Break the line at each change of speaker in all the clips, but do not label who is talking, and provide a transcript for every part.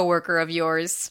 coworker of yours.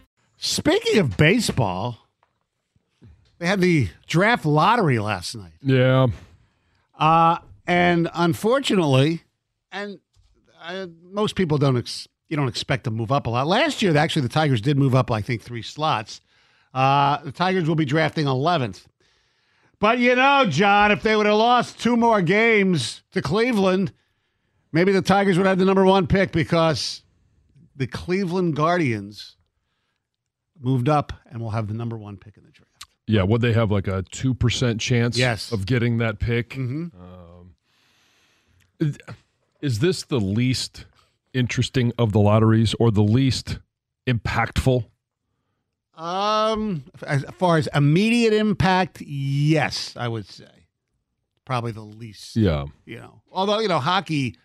Speaking of baseball, they had the draft lottery last night.
Yeah.
Uh, and unfortunately, and uh, most people don't ex- you don't expect to move up a lot. Last year, actually, the Tigers did move up. I think three slots. Uh, the Tigers will be drafting eleventh. But you know, John, if they would have lost two more games to Cleveland, maybe the Tigers would have the number one pick because the Cleveland Guardians moved up and will have the number one pick in the draft.
Yeah. Would they have like a 2% chance
Yes.
of getting that pick? Um,
Mm-hmm.
Is this the least interesting of the lotteries or the least impactful?
Um, as far as immediate impact, yes, I would say probably the least.
Yeah.
You know, although you know hockey,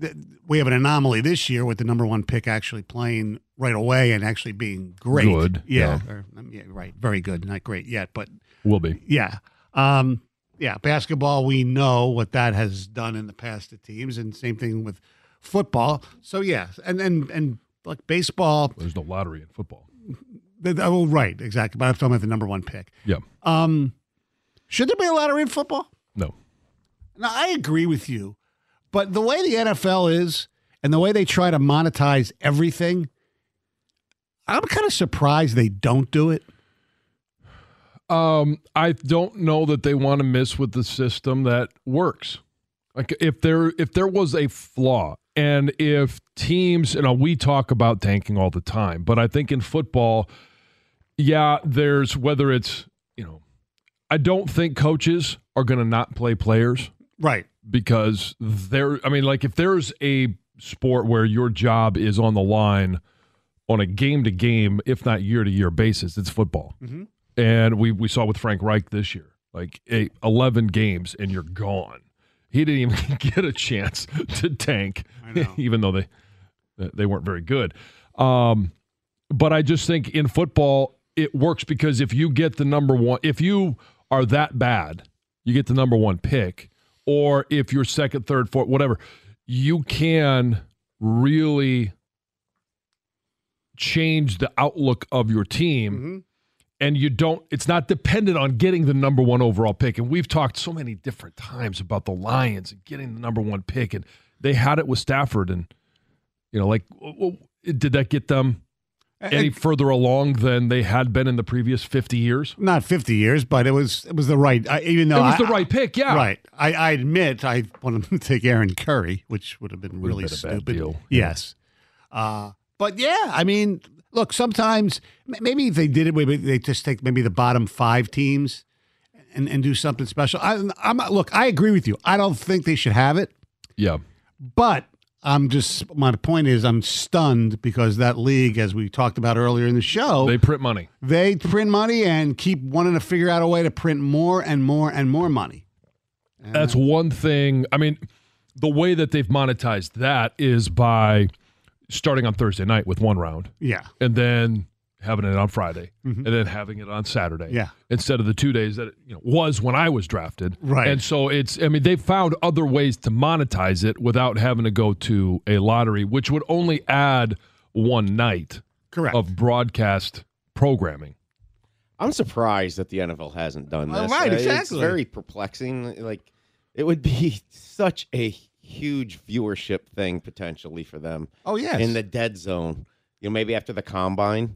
th- we have an anomaly this year with the number one pick actually playing right away and actually being great.
Good,
yeah, Or, um, yeah, right, very good, not great yet, but
Will be.
yeah, um, yeah. Basketball, we know what that has done in the past to teams, and same thing with football. So yeah, and and and like baseball,
There's no lottery in football.
the, the- oh, right, exactly. But I'm talking about the number one pick.
Yeah.
Um, should there be a lottery in football?
No.
Now, I agree with you, but the way the NFL is and the way they try to monetize everything, I'm kind of surprised they don't do it.
Um, I don't know that they want to miss with the system that works. Like if there if there was a flaw and if teams you know we talk about tanking all the time, but I think in football, yeah, there's whether it's you know I don't think coaches are gonna not play players
Right.
because there I mean like if there's a sport where your job is on the line on a game to game if not year to year basis it's football.
Mhm.
And we we saw with Frank Reich this year like eight, 11 games and you're gone. He didn't even get a chance to tank
I know.
even though they they weren't very good. Um but I just think in football it works because if you get the number one if you are that bad you get the number one pick, or if you're second, third, fourth, whatever, you can really change the outlook of your team.
Mm-hmm.
And you don't, it's not dependent on getting the number one overall pick. And we've talked so many different times about the Lions and getting the number one pick. And they had it with Stafford. And, you know, like, w- w- did that get them any
And-
further along than they had been in the previous 50 years?
not 50 years, but it was it was the right. I, even though
it was
I-
the right pick, yeah.
Right. I, I admit I wanted to take Aaron Curry, which would have been really
been a bad
stupid.
deal.
Yes. Uh, but yeah, I mean, look, sometimes m- maybe if they did it, maybe they just take maybe the bottom five teams and, and do something special. I, I'm look, I agree with you. I don't think they should have it,
Yeah.
but I'm just my point is I'm stunned because that league, as we talked about earlier in the show,
They print money.
they print money and keep wanting to figure out a way to print more and more and more money.
That's
Mm-hmm.
one thing. I mean, the way that they've monetized that is by starting on Thursday night with one round
Yeah.
and then having it on Friday and then having it on Saturday.
Mm-hmm. Yeah.
Instead of the two days that it you know, was when I was drafted.
Right.
And so it's, I mean, they found other ways to monetize it without having to go to a lottery, which would only add one night
Correct.
of broadcast programming.
I'm surprised that the NFL hasn't done
Well,
this.
right,
Uh, It's
exactly.
very perplexing. Like it would be such a huge viewership thing potentially for them
Oh yes.
in the dead zone You know, maybe after the combine,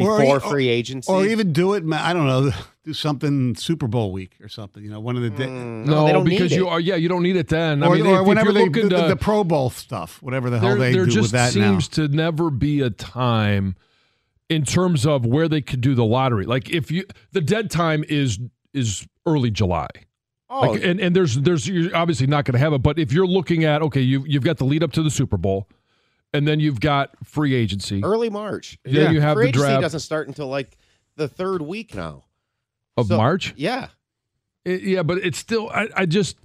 Or-
before
or-
free agency,
Or even do it, ma- I don't know, do something Super Bowl week or something. You know, one of the da-
Mm,
No,
they don't
because
need
you
it.
are. Yeah, you don't need it then.
or,
I mean,
or
if- if
whenever
you're
they
looking
do the,
to-
the Pro Bowl stuff, whatever the hell
there,
they
there
do
just
with that
seems
now.
to never be a time in terms of where they could do the lottery. Like if you, the dead time is is early July.
Oh,
Like, and and there's there's you're obviously not going to have it, but if you're looking at okay, you you've got the lead up to the Super Bowl, and then you've got free agency
Er,
early March.
Then you have
free
the
agency
draft.
doesn't start until like the third week now
of
So-
March.
Yeah,
I- yeah, but it's still I, I just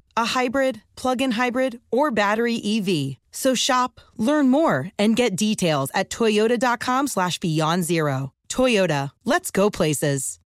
a hybrid, plug in hybrid, or battery EV. So shop, learn more, and get details at toyota.com slash beyond zero. Toyota, let's go places.